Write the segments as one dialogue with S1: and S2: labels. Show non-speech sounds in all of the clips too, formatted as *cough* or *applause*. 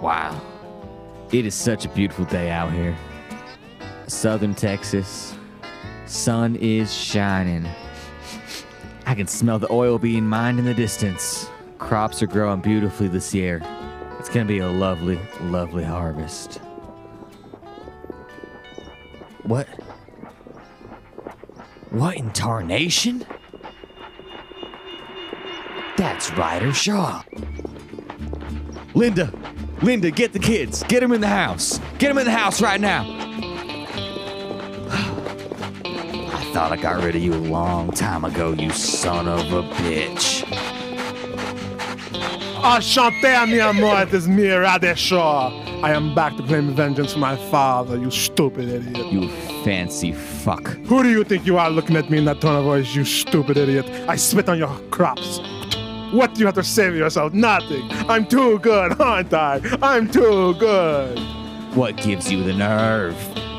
S1: Wow. It is such a beautiful day out here. Southern Texas. Sun is shining. I can smell the oil being mined in the distance. Crops are growing beautifully this year. It's going to be a lovely, lovely harvest. What?
S2: What in tarnation? That's Ryder Shaw.
S1: Linda! Linda, get the kids. Get them in the house. Get them in the house right now. *sighs*
S2: I thought I got rid of you a long time ago, you son of a bitch.
S3: Enchanté, mi amor, it is me, Radeshaw. I am back to claim vengeance for my father, you stupid idiot.
S1: You fancy fuck.
S3: Who do you think you are looking at me in that tone of voice, you stupid idiot? I spit on your crops. What do you have to say for yourself? Nothing. I'm too good, *laughs* aren't I? I'm too good.
S1: What gives you the nerve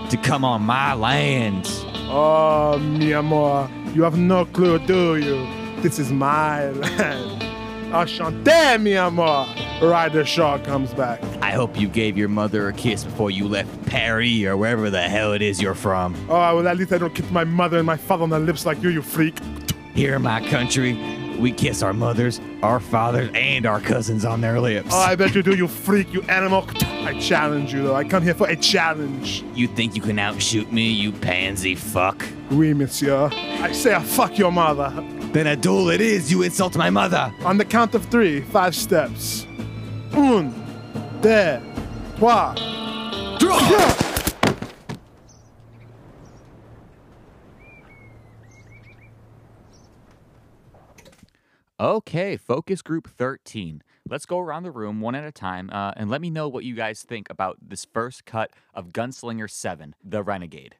S1: to come on my land?
S3: Oh, mi amor, you have no clue, do you? This is my *laughs* land. Enchanté, mi amor. Ryder Shaw comes back.
S1: I hope you gave your mother a kiss before you left Perry or wherever the hell it is you're from.
S3: Oh, well, at least I don't kiss my mother and my father on the lips like you, you freak.
S1: Here in my country, we kiss our mothers, our fathers, and our cousins on their lips.
S3: Oh, I bet you do, you freak, you animal. I challenge you, though. I come here for a challenge.
S1: You think you can outshoot me, you pansy fuck?
S3: Oui, monsieur. I say, I fuck your mother.
S1: Then a duel it is, you insult my mother!
S3: On the count of three, five steps. Un, deux, trois.
S1: Okay, focus group 13. Let's go around the room one at a time uh, and let me know what you guys think about this first cut of Gunslinger 7, The Renegade.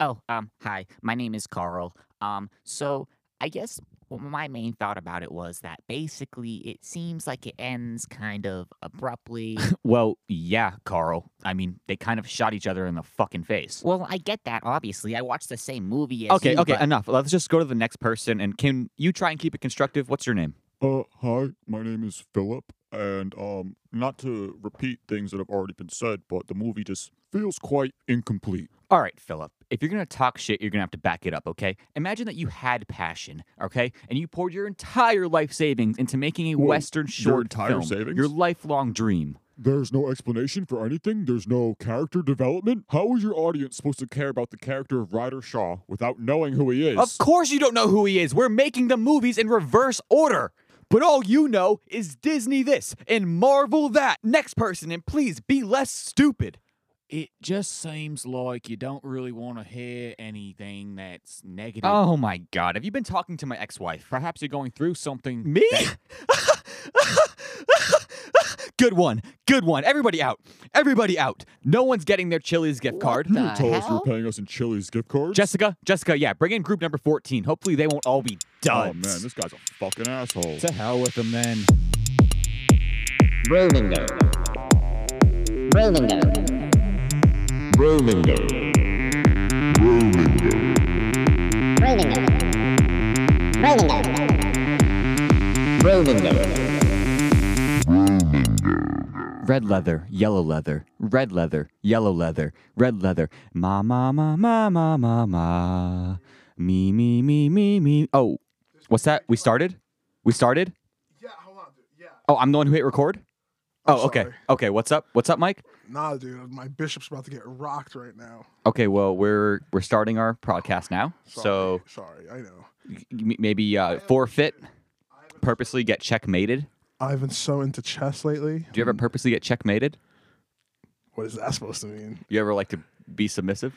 S4: Oh, um, hi. My name is Carl. Um, so I guess w- my main thought about it was that basically it seems like it ends kind of abruptly.
S1: Well, yeah, Carl. I mean, they kind of shot each other in the fucking face.
S4: well, I get that. Obviously, I watched the same movie. As
S1: Okay,
S4: you,
S1: okay,
S4: but-
S1: enough. Let's just go to the next person. And can you try and keep it constructive? What's your name?
S5: Uh, hi, my name is Philip, and um, not to repeat things that have already been said, but the movie just feels quite incomplete.
S1: All right, Philip. If you're gonna talk shit, you're gonna have to back it up, okay? Imagine that you had passion, okay, and you poured your entire life savings into making a
S5: Whoa,
S1: Western
S5: your
S1: short
S5: entire
S1: film,
S5: savings?
S1: your lifelong dream.
S5: There's no explanation for anything. There's no character development. How is your audience supposed to care about the character of Ryder Shaw without knowing who he is?
S1: Of course, you don't know who he is. We're making the movies in reverse order. But all you know is Disney this and Marvel that. Next person, and please be less stupid.
S6: It just seems like you don't really want to hear anything that's negative.
S1: Oh my god, have you been talking to my ex wife?
S6: Perhaps you're going through something.
S1: Me? *laughs* good one. Good one. Everybody out. Everybody out. No one's getting their Chili's gift card.
S5: You didn't
S4: The
S5: tell us you
S4: hell?
S5: were paying us in Chili's gift cards.
S1: Jessica, Jessica, yeah, bring in group number 14. Hopefully they won't all be
S5: oh
S1: done.
S5: man, this guy's a fucking asshole.
S6: To hell with them then.
S7: Rollinger. Rollinger. Rollinger. Rollinger. Rollinger. Rollinger.
S1: Red leather, yellow leather, red leather, yellow leather, red leather. Ma ma ma ma ma ma ma. Me me me me me. Oh, what's that? We started? We started?
S3: Yeah, hold on, dude. Yeah.
S1: Oh, I'm the one who hit record? Oh, okay.
S3: sorry.
S1: Okay, what's up? What's up, Mike?
S3: Nah, dude, my bishop's about to get rocked right now.
S1: Okay, well, we're we're starting our podcast now. So
S3: Sorry, sorry, I know.
S1: m- maybe uh, forfeit, purposely get checkmated.
S3: I've been so into chess lately.
S1: Do you ever purposely get checkmated?
S3: What is that supposed to mean?
S1: You ever like to be submissive?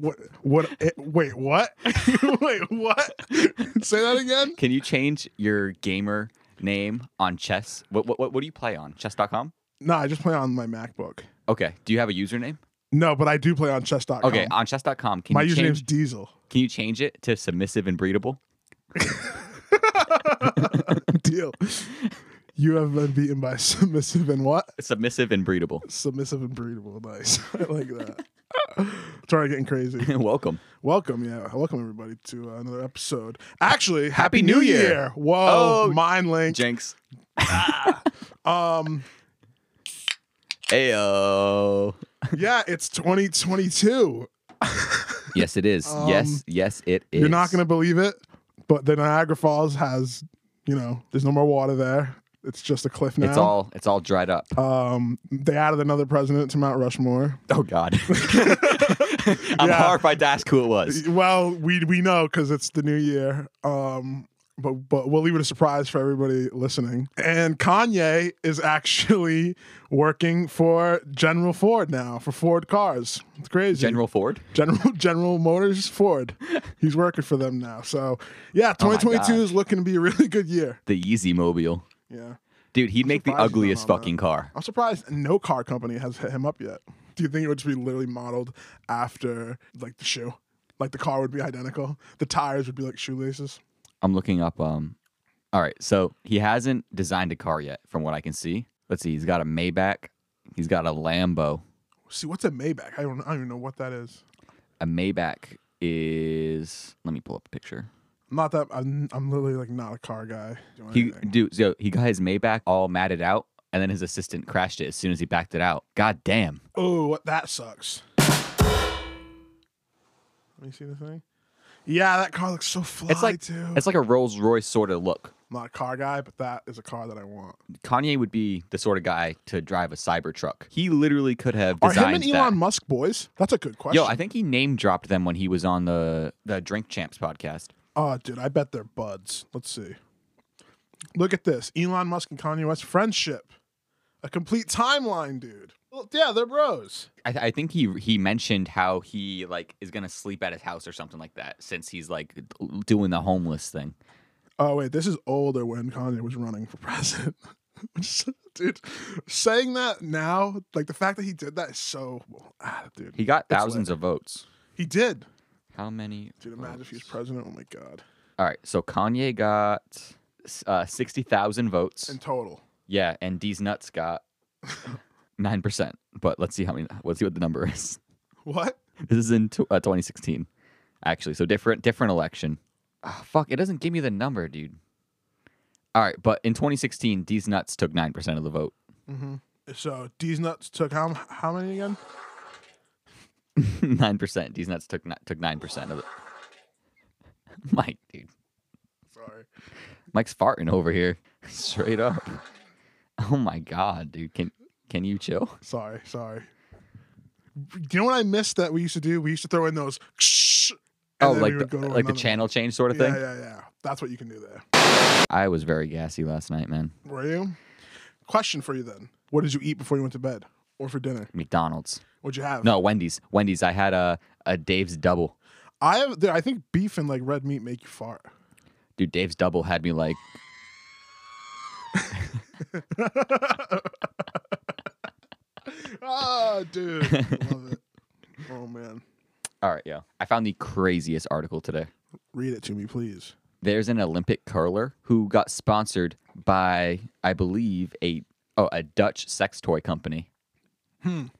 S3: What? What? eh, wait, what? *laughs* wait, what? *laughs* Say that again.
S1: Can you change your gamer name on chess? What what, what, what do you play on? Chess.com?
S3: No, I just play on my MacBook.
S1: Okay. Do you have a username?
S3: No, but I do play on chess.com.
S1: Okay, on chess.com. Can
S3: my
S1: you
S3: username's
S1: change,
S3: Diesel. *laughs*
S1: can you change it to submissive and breedable?
S3: Deal. You have been beaten by *laughs* submissive and what?
S1: Submissive and breedable. *laughs*
S3: Submissive and breedable. *laughs* Nice. I like that. Sorry, getting crazy.
S1: *laughs* Welcome.
S3: Welcome, yeah, welcome everybody to uh, another episode. Actually, Happy,
S1: Happy
S3: New
S1: New
S3: Year!
S1: Year.
S3: Whoa, *laughs*
S1: Oh,
S3: mind link.
S1: Jenks.
S3: Um,
S1: Ayo.
S3: yeah, it's 2022.
S1: Yes, it is.
S3: Um,
S1: yes, yes, it is.
S3: You're not gonna believe it, but the Niagara Falls has, you know, there's no more water there. It's just a cliff now.
S1: It's all it's all dried up.
S3: Um, they added another president to Mount Rushmore.
S1: Oh
S3: *laughs*
S1: God. *laughs* I'm
S3: Yeah.
S1: horrified to ask who it was.
S3: Well, we we know because it's the new year. Um, but but we'll leave it a surprise for everybody listening. And Kanye is actually working for General Ford now for Ford cars. It's crazy.
S1: General Ford.
S3: General *laughs* General Motors Ford. He's working for them now. So yeah,
S1: Oh my
S3: 2022 is looking to be a really good year.
S1: The Yeezy Mobile.
S3: Yeah,
S1: Dude, he'd make the
S3: surprised you're not
S1: ugliest
S3: on that.
S1: fucking car.
S3: I'm surprised no car company has hit him up yet. Do you think it would just be literally modeled after like the shoe? Like the car would be identical. The tires would be like shoelaces.
S1: I'm looking up um all right, so he hasn't designed a car yet, from what I can see. Let's see, he's got a Maybach, he's got a Lambo.
S3: See, what's a Maybach? I don't, I don't even know what that is.
S1: A Maybach is let me pull up a picture.
S3: I'm not that. I'm, I'm literally like not a car guy. Do
S1: He
S3: anything.
S1: dude, so he got his Maybach all matted out, and then his assistant crashed it as soon as he backed it out. God damn.
S3: Oh, what that sucks. Let me see the thing. Yeah, that car looks so fly
S1: It's like
S3: too.
S1: it's like a Rolls Royce sort of look.
S3: I'm not a car guy, but that is a car that I want.
S1: Kanye would be the sort of guy to drive a Cybertruck. He literally could have
S3: Are
S1: designed
S3: him and
S1: that.
S3: Elon Musk boys? That's a good question.
S1: Yo, I think he name dropped them when he was on the the Drink Champs podcast.
S3: oh, dude, I bet they're buds. Let's see. Look at this. Elon Musk and Kanye West friendship. A complete timeline, dude. Well, yeah, they're bros.
S1: I, I think he he mentioned how he like is gonna sleep at his house or something like that since he's like doing the homeless thing.
S3: Oh wait, this is older when Kanye was running for *laughs* president. Which is- dude, saying that now, like the fact that he did that is so, ah, dude,
S1: He got
S3: It's
S1: thousands of votes.
S3: he did.
S1: How many?
S3: Dude, imagine if he was
S1: votes?
S3: president. Oh my god.
S1: All right, so Kanye got uh, sixty thousand votes.
S3: In total.
S1: yeah, and D's nuts
S3: *laughs*
S1: got nine percent. But let's see how many. Let's see what the number is.
S3: What?
S1: This is in tw uh, 2016, actually. So different, different election. Ah, fuck, it doesn't give me the number, dude. All right, but in 2016, D's Nuts took nine percent of the vote. *laughs*
S3: So D's nuts took how how many again?
S1: Nine percent. D's Nuts took ni- took nine percent of it. *laughs* Mike, dude,
S3: Sorry.
S1: Mike's farting over here, *laughs* straight up. Oh my god, dude, can can you chill?
S3: Sorry, sorry. Do you know what I missed that we used to do? We used to throw in those and
S1: oh,
S3: then
S1: like
S3: we
S1: the,
S3: would go to
S1: like the
S3: another-
S1: channel change sort of
S3: Yeah,
S1: thing.
S3: yeah, yeah. That's what you can do there.
S1: I was very gassy last night, man.
S3: Were you? Question for you then. What did you eat before you went to bed? Or for dinner?
S1: McDonald's,
S3: What'd you have?
S1: no Wendy's, Wendy's. I had a a Dave's double.
S3: I have. dude, I think beef and like red meat make you fart.
S1: Dude, Dave's double had me like.
S3: Oh,
S1: *laughs*
S3: dude, love it. Oh man,
S1: All right, yeah. I found the craziest article today.
S3: read it to me, please.
S1: There's an Olympic curler who got sponsored by, I believe, a oh a Dutch sex toy company,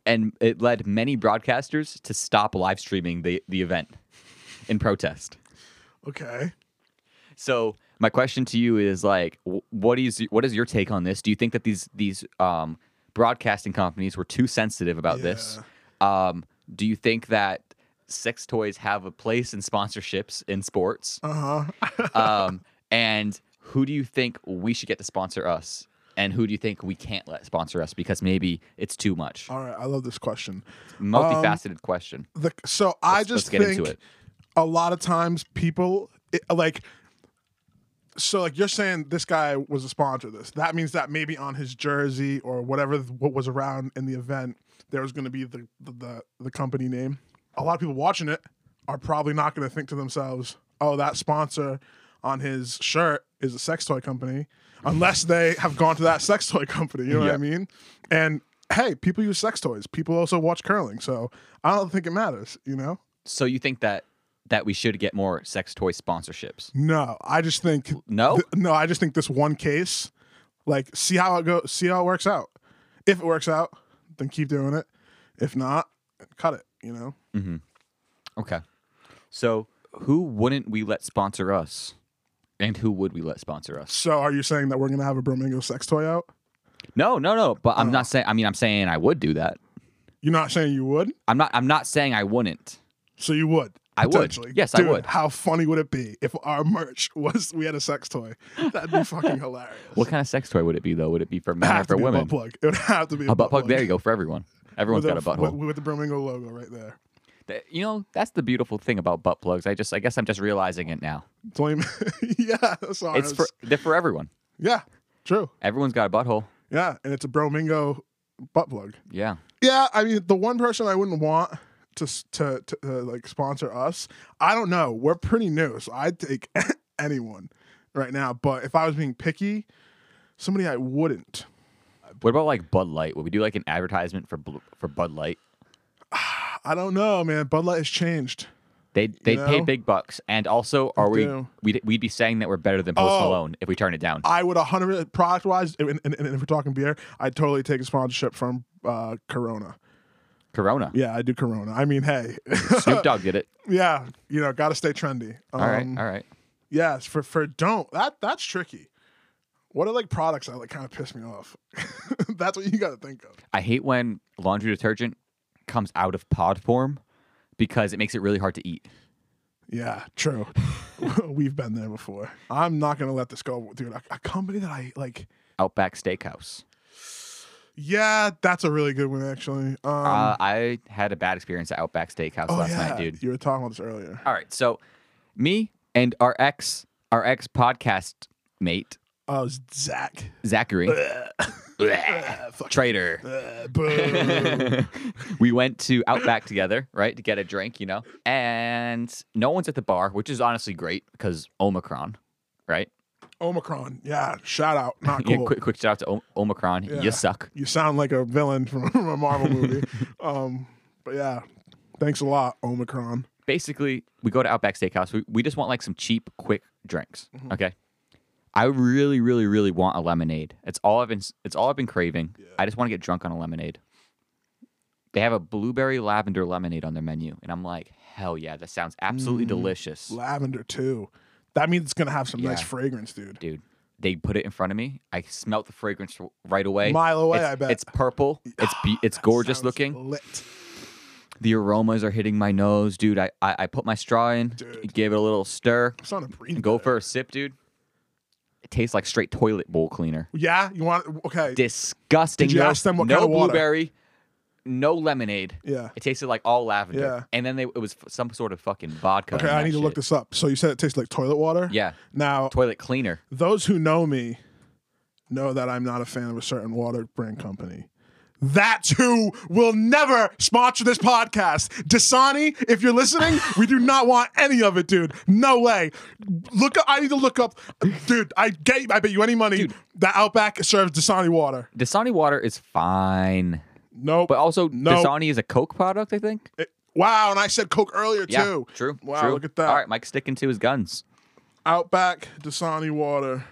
S1: and it led many broadcasters to stop live streaming the the event in protest.
S3: Okay.
S1: So my question to you is like, wh- what is what is your take on this? Do you think that these these um, broadcasting companies were too sensitive about this? Um, do you think that sex toys have a place in sponsorships in sports?
S3: Uh huh.
S1: um, and who do you think we should get to sponsor us? And who do you think we can't let sponsor us because maybe it's too much?
S3: All right. I love this question.
S1: Multifaceted question.
S3: The so I
S1: Let's-
S3: just
S1: let's get
S3: think
S1: into it.
S3: a lot of times people it, like. So like you're saying this guy was a sponsor of this. That means that maybe on his jersey or whatever th- what was around in the event, there was going to be the, the the the company name. A lot of people watching it are probably not going to think to themselves, "Oh, that sponsor on his shirt is a sex toy company," unless they have gone to that sex toy company. You know what I mean? And hey, people use sex toys. People also watch curling, so I don't think it matters. You know?
S1: So you think that that we should get more sex toy sponsorships?
S3: No, I just think *laughs*
S1: No.
S3: th- no, I just think this one case, like, see how it goes, see how it works out. If it works out, then keep doing it. If not, cut it. You know,
S1: Okay. So who wouldn't we let sponsor us? And who would we let sponsor us?
S3: so are you saying that we're gonna have a Bromingo sex toy out?
S1: No, no, no. But I'm
S3: Oh.
S1: not saying. I mean, I'm saying I would do that.
S3: You're not saying you would,
S1: I'm not. I'm not saying I wouldn't.
S3: so you would.
S1: I would.
S3: potentially.
S1: Yes, I
S3: Dude,
S1: would.
S3: How funny would it be if our merch was we had a sex toy? That'd be fucking hilarious.
S1: What kind of sex toy *laughs* would it be though? Would it be for
S3: It'd
S1: men or
S3: have
S1: for
S3: to be a
S1: women?
S3: butt plug. It would have to be a,
S1: A butt plug. There you go for everyone. Everyone's
S3: *laughs* With,
S1: got a
S3: the-
S1: butthole.
S3: with, with the Birmingham logo right there.
S1: Th- You know, that's the beautiful thing about butt plugs. I just, I guess, I'm just realizing it now.
S3: It's only- *laughs* yeah, that's all.
S1: It's for they're for everyone.
S3: yeah, true.
S1: Everyone's got a butthole.
S3: Yeah, and it's a Bromingo butt plug.
S1: Yeah.
S3: Yeah, I mean, the one person I wouldn't want to s- to, to uh, like sponsor us, I don't know. We're pretty new, so I'd take *laughs* anyone right now. But if I was being picky, somebody I wouldn't.
S1: What about like Bud Light? Would we do like an advertisement for Bl- for Bud Light?
S3: I don't know, man. Bud Light has changed.
S1: They they would pay
S3: know?
S1: big bucks, and also, are we
S3: do.
S1: we'd, we'd be saying that we're better than Post
S3: Oh.
S1: Malone if we turn it down?
S3: I would 100 product wise, and, and, and if we're talking beer, I'd totally take a sponsorship from uh, Corona.
S1: Corona.
S3: Yeah, I do Corona. I mean, hey,
S1: Snoop Dogg did it.
S3: *laughs* yeah, you know, gotta stay trendy. Um,
S1: All right, all right.
S3: Yes, for for don't that that's tricky. What are like products that like kind of piss me off? *laughs* that's what you got to think of.
S1: I hate when laundry detergent comes out of pod form because it makes it really hard to eat.
S3: Yeah, true. *laughs* We've been there before. I'm not gonna let this go, dude. A, a company that I like.
S1: Outback Steakhouse.
S3: Yeah, that's a really good one actually. Um,
S1: uh, I had a bad experience at Outback Steakhouse
S3: oh
S1: last
S3: yeah,
S1: night, dude.
S3: You were talking about this earlier.
S1: All right, so me and our ex, our ex podcast mate
S3: Oh, it's
S1: *laughs*
S3: Zach. *laughs*
S1: Zachary,
S3: Uh, fuck.
S1: traitor.
S3: Uh,
S1: *laughs*
S3: boo.
S1: we went to Outback together, right, to get a drink, you know, and no one's at the bar, which is honestly great because Omicron, right?
S3: Omicron. Yeah, shout out. Not
S1: Yeah,
S3: cool.
S1: quick, quick shout out to o- Omicron.
S3: Yeah.
S1: You suck.
S3: You sound like a villain from *laughs* a Marvel
S1: *laughs*
S3: movie. um, but yeah, thanks a lot, Omicron.
S1: Basically, we go to Outback Steakhouse. We, we just want like some cheap, quick drinks.
S3: Mm-hmm.
S1: Okay. I really, really, really want a lemonade. It's all I've been. It's all I've been craving. I just want to get drunk on a lemonade. They have a blueberry lavender lemonade on their menu, and I'm like, hell yeah, that sounds
S3: Mm,
S1: absolutely delicious.
S3: Lavender too. That means it's gonna have some nice
S1: Yeah.
S3: fragrance, dude.
S1: dude. They put it in front of me. I smelt the fragrance r- right away.
S3: Mile away,
S1: It's-
S3: I bet.
S1: It's purple. It's
S3: *sighs*
S1: be- it's gorgeous
S3: Sounds
S1: looking.
S3: Lit.
S1: The aromas are hitting my nose, dude. I I, I put my straw in,
S3: Dude.
S1: gave it a little stir,
S3: It's on a breather.
S1: and go for a sip, dude. It tastes like straight toilet bowl cleaner.
S3: Yeah, you want okay?
S1: Disgusting.
S3: Did you
S1: no
S3: ask them what
S1: no
S3: kind of water?
S1: blueberry, no lemonade.
S3: Yeah.
S1: It tasted like all lavender.
S3: Yeah.
S1: And then they, it was f- some sort of fucking vodka.
S3: Okay,
S1: in
S3: I
S1: that
S3: need to look
S1: shit.
S3: this up. So you said it tastes like toilet water.
S1: Yeah,
S3: Now,
S1: toilet cleaner.
S3: those who know me know that I'm not a fan of a certain water brand company. That's who will never sponsor this podcast. Dasani, if you're listening, we do not want any of it, dude. No way. Look, up, I need to look up, dude. I get, I bet you any money that Outback serves Dasani water.
S1: Dasani water is fine.
S3: Nope.
S1: But also,
S3: No.
S1: Dasani is a Coke product, I think.
S3: wow, and I said Coke earlier
S1: Yeah,
S3: too.
S1: true.
S3: Wow,
S1: true.
S3: look at that.
S1: All right, Mike's sticking to his guns.
S3: Outback Dasani water.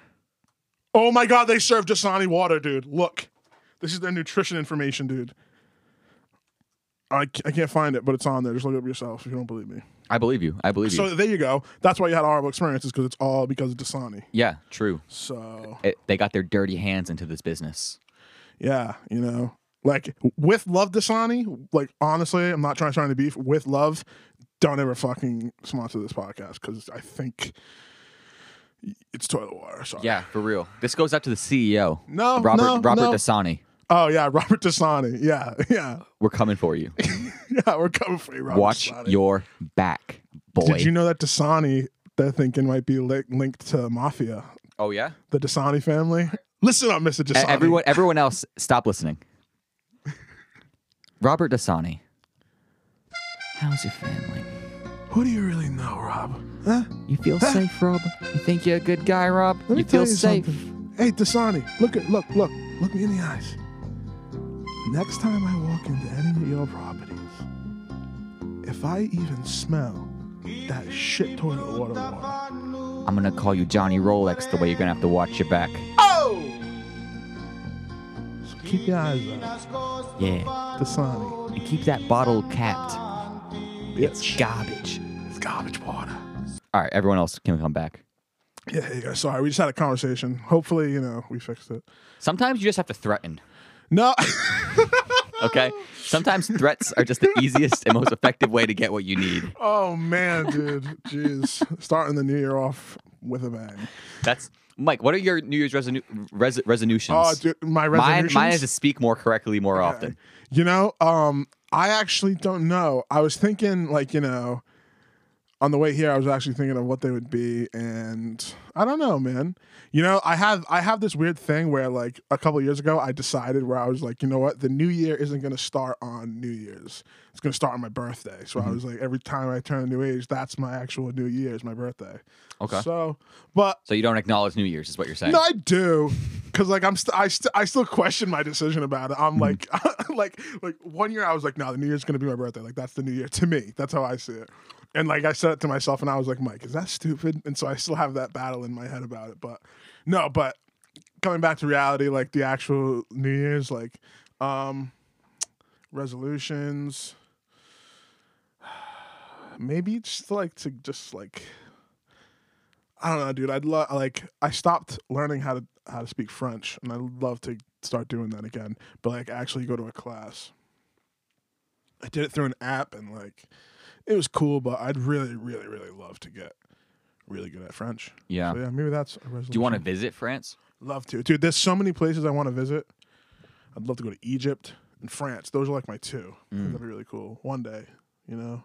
S3: Oh my god, they serve Dasani water, dude. Look, this is their nutrition information, dude. I, c- I can't find it, but it's on there. Just look it up yourself if you don't believe me.
S1: I believe you. I believe you.
S3: So there you go. That's why you had horrible experiences because it's all because of Dasani.
S1: Yeah, true.
S3: So
S1: It, they got their dirty hands into this business.
S3: yeah, you know, like with love Dasani. Like honestly, I'm not trying trying to beef with love. Don't ever fucking sponsor this podcast because I think it's toilet water. Sorry.
S1: Yeah, for real. This goes out to the CEO.
S3: No,
S1: Robert
S3: no,
S1: Robert
S3: no.
S1: Dasani.
S3: Oh yeah, Robert Dasani. Yeah, *laughs* yeah,
S1: We're coming for
S3: *laughs*
S1: you.
S3: yeah. We're coming for you, Robert.
S1: Watch
S3: Dasani.
S1: your back, boy.
S3: Did you know that Dasani? They're thinking might be li- linked to mafia,
S1: oh yeah.
S3: the Dasani family. Listen up, Mister
S1: E-
S3: Dasani.
S1: Everyone, everyone else, stop listening. Robert Dasani. How's your family?
S3: who do you really know, Rob? Huh?
S1: You
S3: *laughs*
S1: feel safe, Rob? You think you're a good guy, Rob?
S3: Let me
S1: you feel
S3: tell you
S1: safe.
S3: something. Hey, Dasani, look at look look look me in the eyes. Next time I walk into any of your properties, if I even smell that shit toilet water, water
S1: I'm gonna call you Johnny Rolex the way you're gonna have to watch your back.
S3: so keep your eyes out,
S1: Yeah.
S3: Dasani.
S1: And keep that bottle capped.
S3: Bitch.
S1: Garbage.
S3: It's garbage water.
S1: All right, everyone else can come back.
S3: Yeah, hey guys, sorry. We just had a conversation. Hopefully, you know, we fixed it.
S1: Sometimes you just have to threaten.
S3: No, *laughs*
S1: Okay.
S6: *laughs*
S1: Sometimes threats are just the easiest and most effective way to get what you need.
S3: oh man, dude, jeez, starting the new year off with a bang.
S1: That's Mike. What are your New Year's resolu- res- resolutions?
S3: Oh, dude, my
S1: Mine,
S3: resolutions.
S1: mine is to speak more correctly more often.
S3: You know, um, I actually don't know. I was thinking, like, you know, on the way here, I was actually thinking of what they would be, and I don't know, man. You know, I have I have this weird thing where, like, a couple years ago, I decided where I was like, you know what, the new year isn't gonna start on New Year's. It's gonna start on my birthday. So I
S1: Mm-hmm.
S3: was like, every time I turn a new age, that's my actual new year is my birthday.
S1: Okay.
S3: So, but
S1: So you don't acknowledge New Year's, is what you're saying.
S3: no, I do, because like I'm, st- I, st- I still question my decision about it. I'm like, like, *laughs* like one year I was like, no, the New Year's gonna be my birthday. Like that's the New Year to me. That's how I see it. And like I said it to myself, and I was like, Mike, is that stupid? And so I still have that battle in my head about it. But no, but coming back to reality, like the actual New Year's, like, um, resolutions. *sighs* Maybe just like to just like I don't know, dude. I'd love like I stopped learning how to how to speak French, and I'd love to start doing that again. But like actually go to a class. I did it through an app, and like it was cool. But I'd really, really, really love to get really good at French.
S1: Yeah.
S3: So,
S1: Do
S3: yeah, maybe that's a resolution.
S1: you want to visit France?
S3: Love to, dude. There's so many places I want to visit. I'd love to go to Egypt and France. Those are like my two.
S1: Mm.
S3: That'd be really cool one day, you know.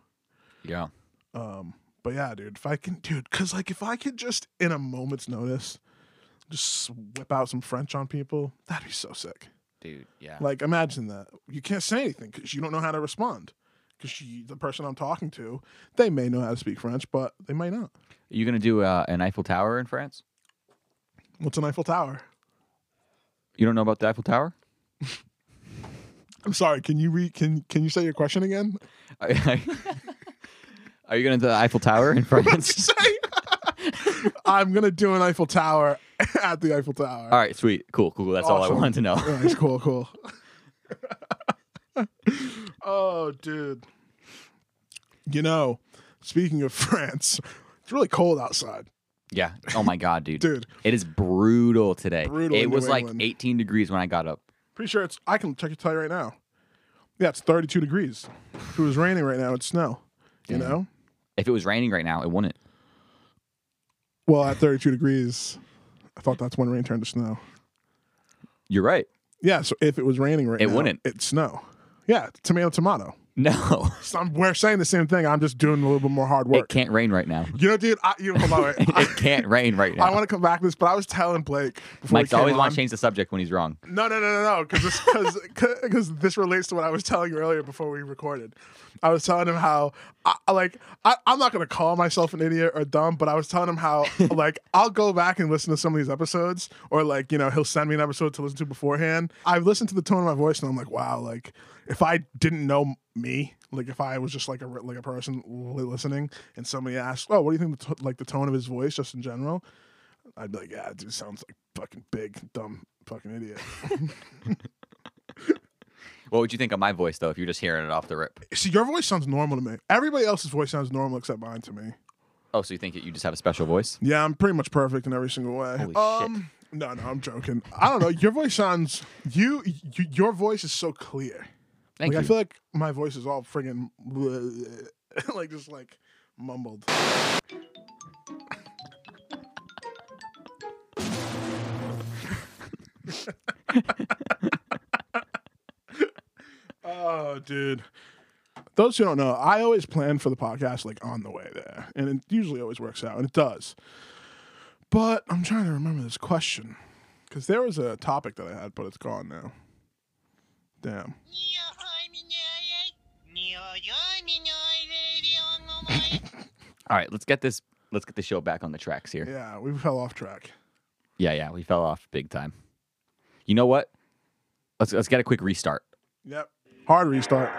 S1: Yeah.
S3: Um, But yeah, dude, if I can, dude, because like if I could just in a moment's notice, just whip out some French on people, that'd be so sick.
S6: Dude, yeah.
S3: Like imagine that you can't say anything because you don't know how to respond. Because the person I'm talking to, they may know how to speak French, but they might not.
S1: Are you gonna do uh, an Eiffel Tower in France?
S3: What's an Eiffel Tower?
S1: You don't know about the Eiffel Tower?
S3: I'm sorry. Can you re can can you say your question again? *laughs*
S1: *laughs* Are you gonna do the Eiffel Tower in France? *laughs*
S3: *laughs* I'm gonna do an Eiffel Tower *laughs* at the Eiffel Tower.
S1: all right, sweet, cool, cool. cool. That's all I
S3: Awesome.
S1: wanted to know.
S3: Nice, cool, cool. oh, dude. You know, speaking of *laughs* France, it's really cold outside,
S1: *laughs* Yeah. Oh my god, dude.
S3: dude.
S1: It is brutal today.
S3: Brutal
S1: it
S3: in
S1: was
S3: New
S1: like
S3: England.
S1: 18 degrees when I got up.
S3: Pretty sure it's. I can check it tell you right now. Yeah, it's 32 degrees. If it was raining right now, it's snow. You know.
S1: If it was raining right now, it wouldn't.
S3: Well, at 32 degrees, I thought that's when rain turned to snow.
S1: You're right.
S3: Yeah, so if it was raining right
S1: It
S3: now,
S1: wouldn't.
S3: It's snow. Yeah, tomato, tomato.
S1: *laughs* No,
S3: So I'm, we're saying the same thing. I'm just doing a little bit more hard
S1: it
S3: work.
S1: can't rain right *laughs* now.
S3: You know, dude. I, you know, hold on, wait.
S1: *laughs* it can't rain right now.
S3: I want to come back to this, but I was telling Blake before
S1: Mike's
S3: he came
S1: always
S3: on.
S1: want to change the subject when he's wrong.
S3: No, no, no, no, no, because this *laughs* because this relates to what I was telling you earlier before we recorded. I was telling him how I, I like I, I'm not gonna call myself an idiot or dumb, but I was telling him how like I'll go back and listen to some of these episodes, or like you know he'll send me an episode to listen to beforehand. I've listened to the tone of my voice and I'm like, wow, like if I didn't know me, like if I was just like a re- like a person li- listening, and somebody asked, oh, what do you think the t- like the tone of his voice just in general? I'd be like, yeah, dude, sounds like fucking big dumb fucking idiot.
S1: What would you think of my voice though if you're just hearing it off the rip?
S3: See, your voice sounds normal to me. Everybody else's voice sounds normal except mine to me.
S1: Oh, so you think that you just have a special voice?
S3: Yeah, I'm pretty much perfect in every single way.
S1: Holy shit.
S3: shit. No, no, I'm joking. I don't know. Your voice sounds you, you your voice is so clear.
S1: Thank
S3: like
S1: you.
S3: I feel like my voice is all friggin' *laughs* like just like
S1: *laughs*
S3: mumbled. oh, dude. Those who don't know, I always plan for the podcast like on the way there, and it usually always works out, and it does. But I'm trying to remember this question because there was a topic that I had, but it's gone now. Damn.
S1: all right, let's get this. Let's get the show back on the tracks here.
S3: Yeah, we fell off track.
S1: Yeah, yeah, we fell off big time. You know what? Let's let's get a quick restart.
S3: Yep. Hard restart.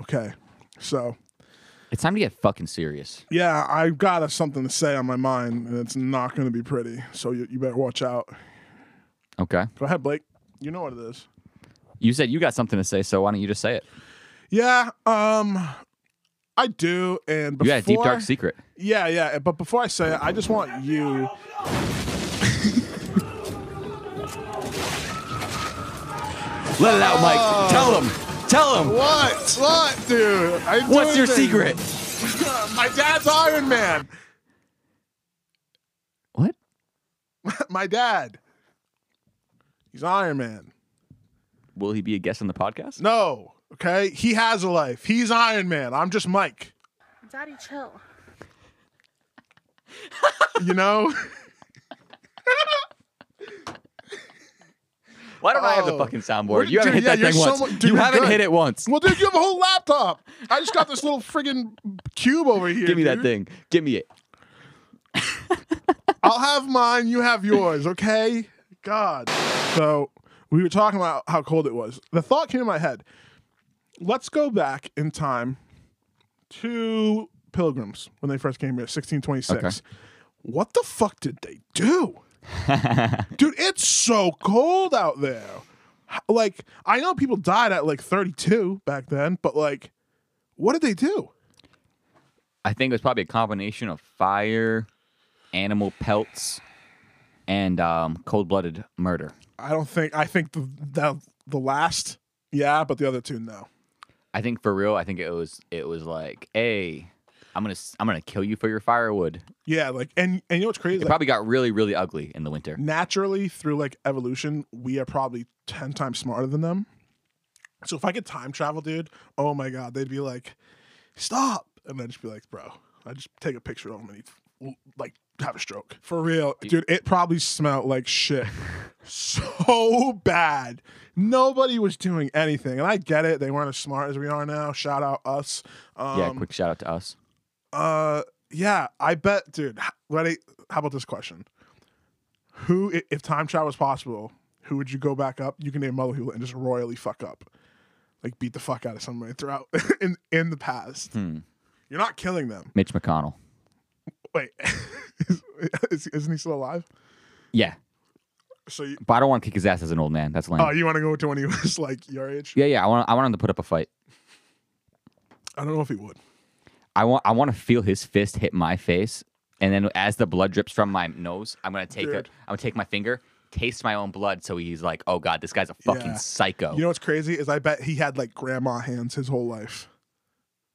S3: Okay. So,
S1: It's time to get fucking serious.
S3: yeah, I've got a, something to say on my mind, and it's not going to be pretty. So, you, you better watch out.
S1: Okay.
S3: Go ahead, Blake. You know what it is.
S1: You said you got something to say, so why don't you just say it?
S3: Yeah, um, I do. And
S1: You
S3: before,
S1: got a deep dark secret.
S3: Yeah, yeah. But before I say it, I just want you.
S1: Let it out, Mike. Tell him. Tell him.
S3: What? What, dude? I ain't
S1: What's
S3: doing
S1: your
S3: things.
S1: secret?
S3: *laughs* My dad's Iron Man. *laughs*
S1: What?
S3: My dad. He's Iron Man.
S1: Will he be a guest on the podcast?
S3: No. Okay. He has a life. He's Iron Man. I'm just Mike.
S8: Daddy, chill.
S3: You know? *laughs*
S1: Why don't I have the
S3: Oh.
S1: fucking
S3: What
S1: soundboard?
S3: did-
S1: You haven't
S3: dude,
S1: hit that
S3: yeah,
S1: thing
S3: you're so
S1: once.
S3: mu- dude,
S1: you
S3: you're
S1: haven't
S3: good.
S1: hit it once.
S3: well, dude, you have a whole laptop. I just got this little friggin' cube over here.
S1: Give me that
S3: dude.
S1: thing. Give me it.
S3: I'll have mine. You have yours. Okay. God. So we were talking about how cold it was. The thought came to my head. Let's go back in time to pilgrims when they first came here, 1626. What the fuck did they do? Dude, it's so cold out there. H- Like, I know people died at like 32 back then, but like, what did they do?
S1: I think it was probably a combination of fire, animal pelts, and um, cold-blooded murder.
S3: I don't think, I think the, the, the last, yeah, but the other two, no.
S1: I think for real, I think it was it was like, hey, I'm gonna s- I'm gonna kill you for your firewood.
S3: Yeah, like and and you know what's crazy?
S1: It
S3: Like,
S1: probably got really really ugly in the winter.
S3: naturally through like evolution, we are probably ten times smarter than them. So if I could time travel, dude, oh my god, they'd be like, "Stop!" and I'd just be like, "Bro, I just take a picture of him and he like have a stroke for real, dude." It probably smelled like shit, so bad. Nobody was doing anything, and I get it. They weren't as smart as we are now. Shout out us. Um,
S1: yeah, quick shout out to us.
S3: uh, yeah, I bet, dude. h- Ready? How about this question? Who, i- if time travel was possible, who would you go back up? You can name Mulahula and just royally fuck up, like beat the fuck out of somebody throughout *laughs* in in the past.
S1: Hmm.
S3: You're not killing them.
S1: Mitch McConnell.
S3: Wait, *laughs* is, isn't he still alive?
S1: Yeah,
S3: So, you,
S1: but I don't want to kick his ass as an old man. That's lame.
S3: oh, you want to go to when he *laughs* was like your age?
S1: yeah, yeah. I want I want him to put up a fight.
S3: I don't know if he would.
S1: I want I want to feel his fist hit my face, and then as the blood drips from my nose, I'm gonna take it.
S3: Dude.
S1: I'm gonna take my finger, taste my own blood, so he's like, oh god, this guy's a fucking
S3: Yeah.
S1: psycho.
S3: You know what's crazy is I bet he had like grandma hands his whole life,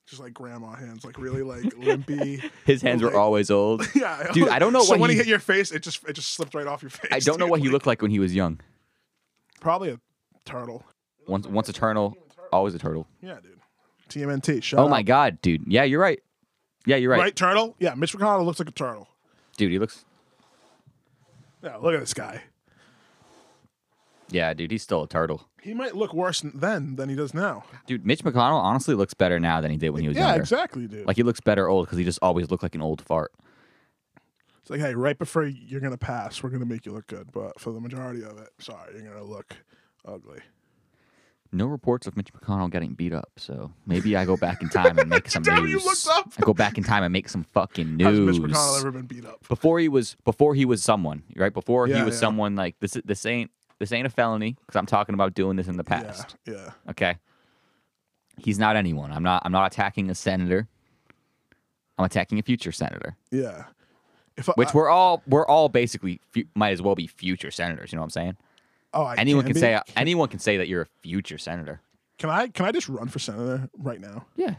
S3: just like grandma hands, like really like limpy.
S1: his hands were
S3: Okay.
S1: always
S3: *laughs*
S1: old.
S3: Yeah,
S1: Dude, I don't know
S3: So
S1: what
S3: when he,
S1: he-
S3: hit your face, it just it just slipped right off your *laughs* face.
S1: I don't know
S3: dude.
S1: what he
S3: Like,
S1: looked like when he was young.
S3: Probably a turtle.
S1: Once once a turtle, always a turtle.
S3: Yeah, dude. TMNT. Shut
S1: Oh my god, dude. Yeah, you're right. Yeah, you're right,
S3: Right, turtle. Yeah, Mitch McConnell looks like a turtle.
S1: dude. He looks.
S3: Yeah, look at this guy.
S1: Yeah, dude. He's still a turtle.
S3: He might look worse then than he does now.
S1: Dude, Mitch McConnell honestly looks better now than he did when he was
S3: yeah,
S1: younger.
S3: exactly, dude.
S1: Like he looks better old because he just always looked like an old fart.
S3: it's like, hey, right before you're gonna pass, we're gonna make you look good, but for the majority of it, sorry, you're gonna look ugly.
S1: No reports of Mitch McConnell getting beat up, so maybe I go back in time and
S3: *laughs*
S1: make some
S3: Damn,
S1: news.
S3: you looked up.
S1: I go back in time and make some fucking
S3: Has
S1: news.
S3: Mitch McConnell ever been beat up?
S1: before he was before he was someone, right? Before he
S3: Yeah,
S1: was
S3: yeah.
S1: someone like this. This ain't this ain't a felony because I'm talking about doing this in the past.
S3: Yeah, yeah.
S1: Okay. He's not anyone. I'm not I'm not attacking a senator. I'm attacking a future senator,
S3: Yeah. If I,
S1: which
S3: I-
S1: we're all we're all basically fu- might as well be future senators, you know what I'm saying?
S3: oh, I
S1: anyone can
S3: be?
S1: say uh, anyone can say that you're a future senator.
S3: Can I can I just run for senator right now?
S1: Yeah.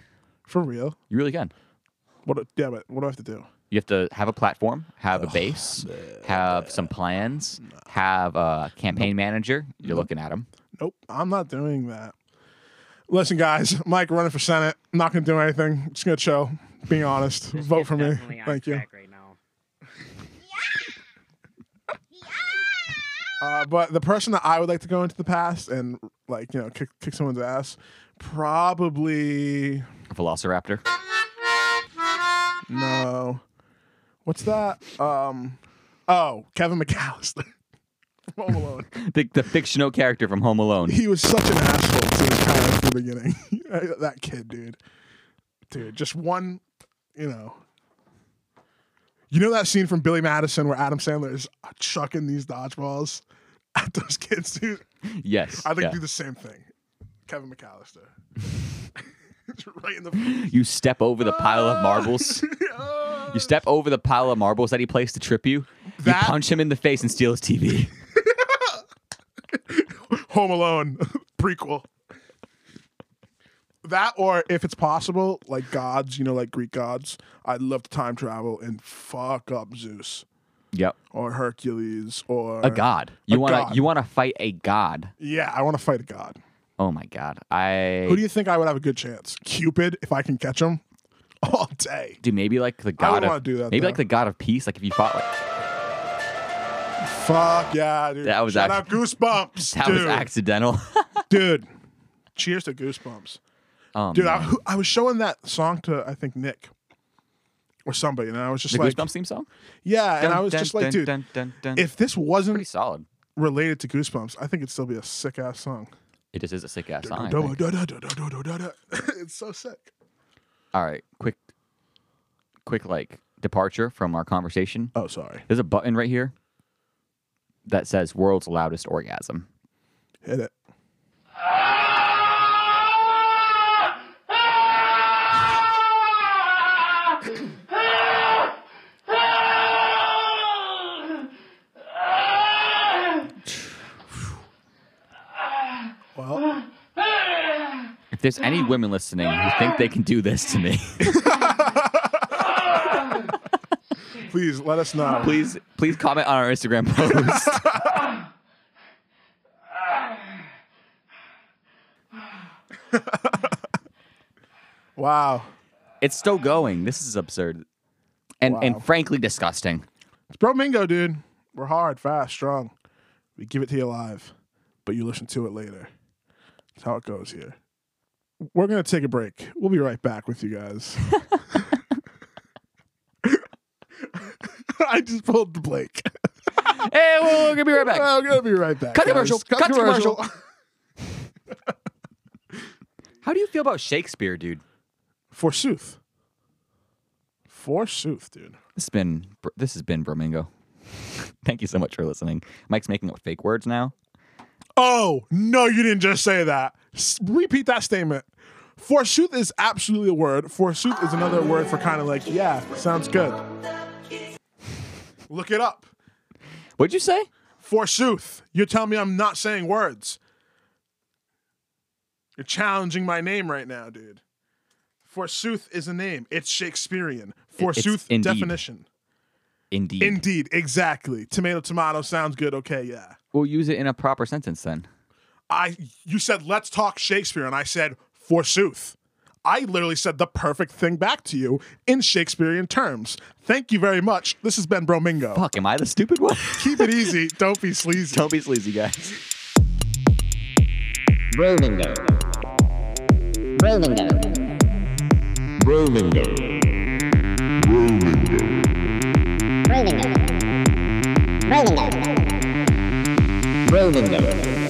S3: For real?
S1: You really can.
S3: What do- yeah, but what do I have to do?
S1: You have to have a platform, have a base, have some plans, have a campaign manager. You're looking at him.
S3: Nope, I'm not doing that. Listen, guys, Mike running for Senate. I'm not going to do anything. Just going to chill. Being honest. Vote for me. Thank you.
S9: Right now.
S3: Uh, but the person that I would like to go into the past and, like, you know, kick, kick someone's ass, probably
S1: Velociraptor. *laughs*
S3: no. What's that? Um, oh, Kevin McAllister. *laughs* Home Alone.
S1: The, the fictional character from Home
S3: *laughs*
S1: Alone.
S3: He was such an asshole to his parents in the beginning. *laughs* that kid, dude. Dude, just one, you know. You know that *laughs* scene from Billy Madison where Adam Sandler is chucking these dodgeballs at those kids, dude?
S1: yes.
S3: I'd like
S1: yeah.
S3: to do the same thing. Kevin McAllister. *laughs* right in the *laughs* Oh, face.
S1: You step over the pile of marbles. You step over the pile of marbles that he placed to trip you.
S3: That-
S1: You punch him in the face and steal his TV.
S3: Home Alone *laughs* prequel. That or if it's possible, like gods, you know, like Greek gods, I'd love to time travel and fuck up Zeus
S1: yep.
S3: or Hercules or
S1: A god. You want to
S3: god.
S1: you want to fight a god.
S3: Yeah, I want to fight a god.
S1: Oh my god. I
S3: Who do you think I would have a good chance? Cupid, if I can catch him, *laughs* all day.
S1: Dude, maybe like the god
S3: wouldn't
S1: of
S3: wanna do that,
S1: maybe
S3: though.
S1: like the god of peace. Like if you fought like
S3: Fuck yeah, dude.
S1: That was
S3: Shout
S1: act-
S3: out
S1: *laughs*
S3: Goosebumps,
S1: that
S3: dude.
S1: was accidental.
S3: dude. Cheers to Goosebumps,
S1: um,
S3: dude. I, who- I was showing that song to I think Nick or somebody, and I was just
S1: the
S3: like,
S1: Goosebumps theme song.
S3: yeah, and
S1: Dun,
S3: I was
S1: dun,
S3: just like,
S1: dun,
S3: dude,
S1: dun, dun, dun.
S3: if this
S1: pretty
S3: wasn't
S1: solid.
S3: related to Goosebumps, I think it'd still be a sick ass song.
S1: It just is a sick ass song. I think.
S3: *laughs* It's so sick.
S1: All right, quick, quick, like departure from our conversation.
S3: Oh, sorry.
S1: There's a button right here that says "World's Loudest Orgasm."
S3: Hit it. Well,
S1: If there's any women listening who think they can do this to me,
S3: please let us know.
S1: please, please comment on our Instagram post.
S3: Wow.
S1: it's still going. This is absurd, and
S3: Wow.
S1: and frankly disgusting.
S3: It's Bro Mingo, dude. We're hard, fast, strong. We give it to you live, but you listen to it later. That's how it goes here. We're going to take a break. We'll be right back with you
S1: *laughs*
S3: guys. *laughs* I just pulled the Blake.
S1: *laughs* Hey, we're gonna be right back.
S3: I'm going to be right back.
S1: Cut
S3: guys.
S1: commercial. Cut commercial.
S3: commercial.
S1: How do you feel about Shakespeare, dude?
S3: Forsooth. Forsooth, dude.
S1: This has been this has been Bromingo. *laughs* Thank you so much for listening. Mike's making up fake words now.
S3: Oh, no, you didn't just say that. S- repeat that statement. Forsooth is absolutely a word. Forsooth is another word for kind of like, yeah, sounds good. Look it up.
S1: What'd you say?
S3: Forsooth. You're telling me I'm not saying words. You're challenging my name right now, dude. Forsooth is a name. It's Shakespearean. Forsooth
S1: indeed.
S3: definition.
S1: Indeed.
S3: Indeed, exactly. Tomato, tomato sounds good. Okay, yeah.
S1: we'll use it in a proper sentence then.
S3: I you said let's talk Shakespeare, and I said forsooth. I literally said the perfect thing back to you in Shakespearean terms. Thank you very much. This has been Bromingo.
S1: Fuck, am I the stupid one?
S3: Keep it easy. Don't be
S1: *laughs*
S3: sleazy.
S1: Don't be sleazy, guys.
S7: Bromingo. Bromingo.
S8: Bromingo. Bromingo.
S7: Bromingo. Bromingo.
S8: Bromingo.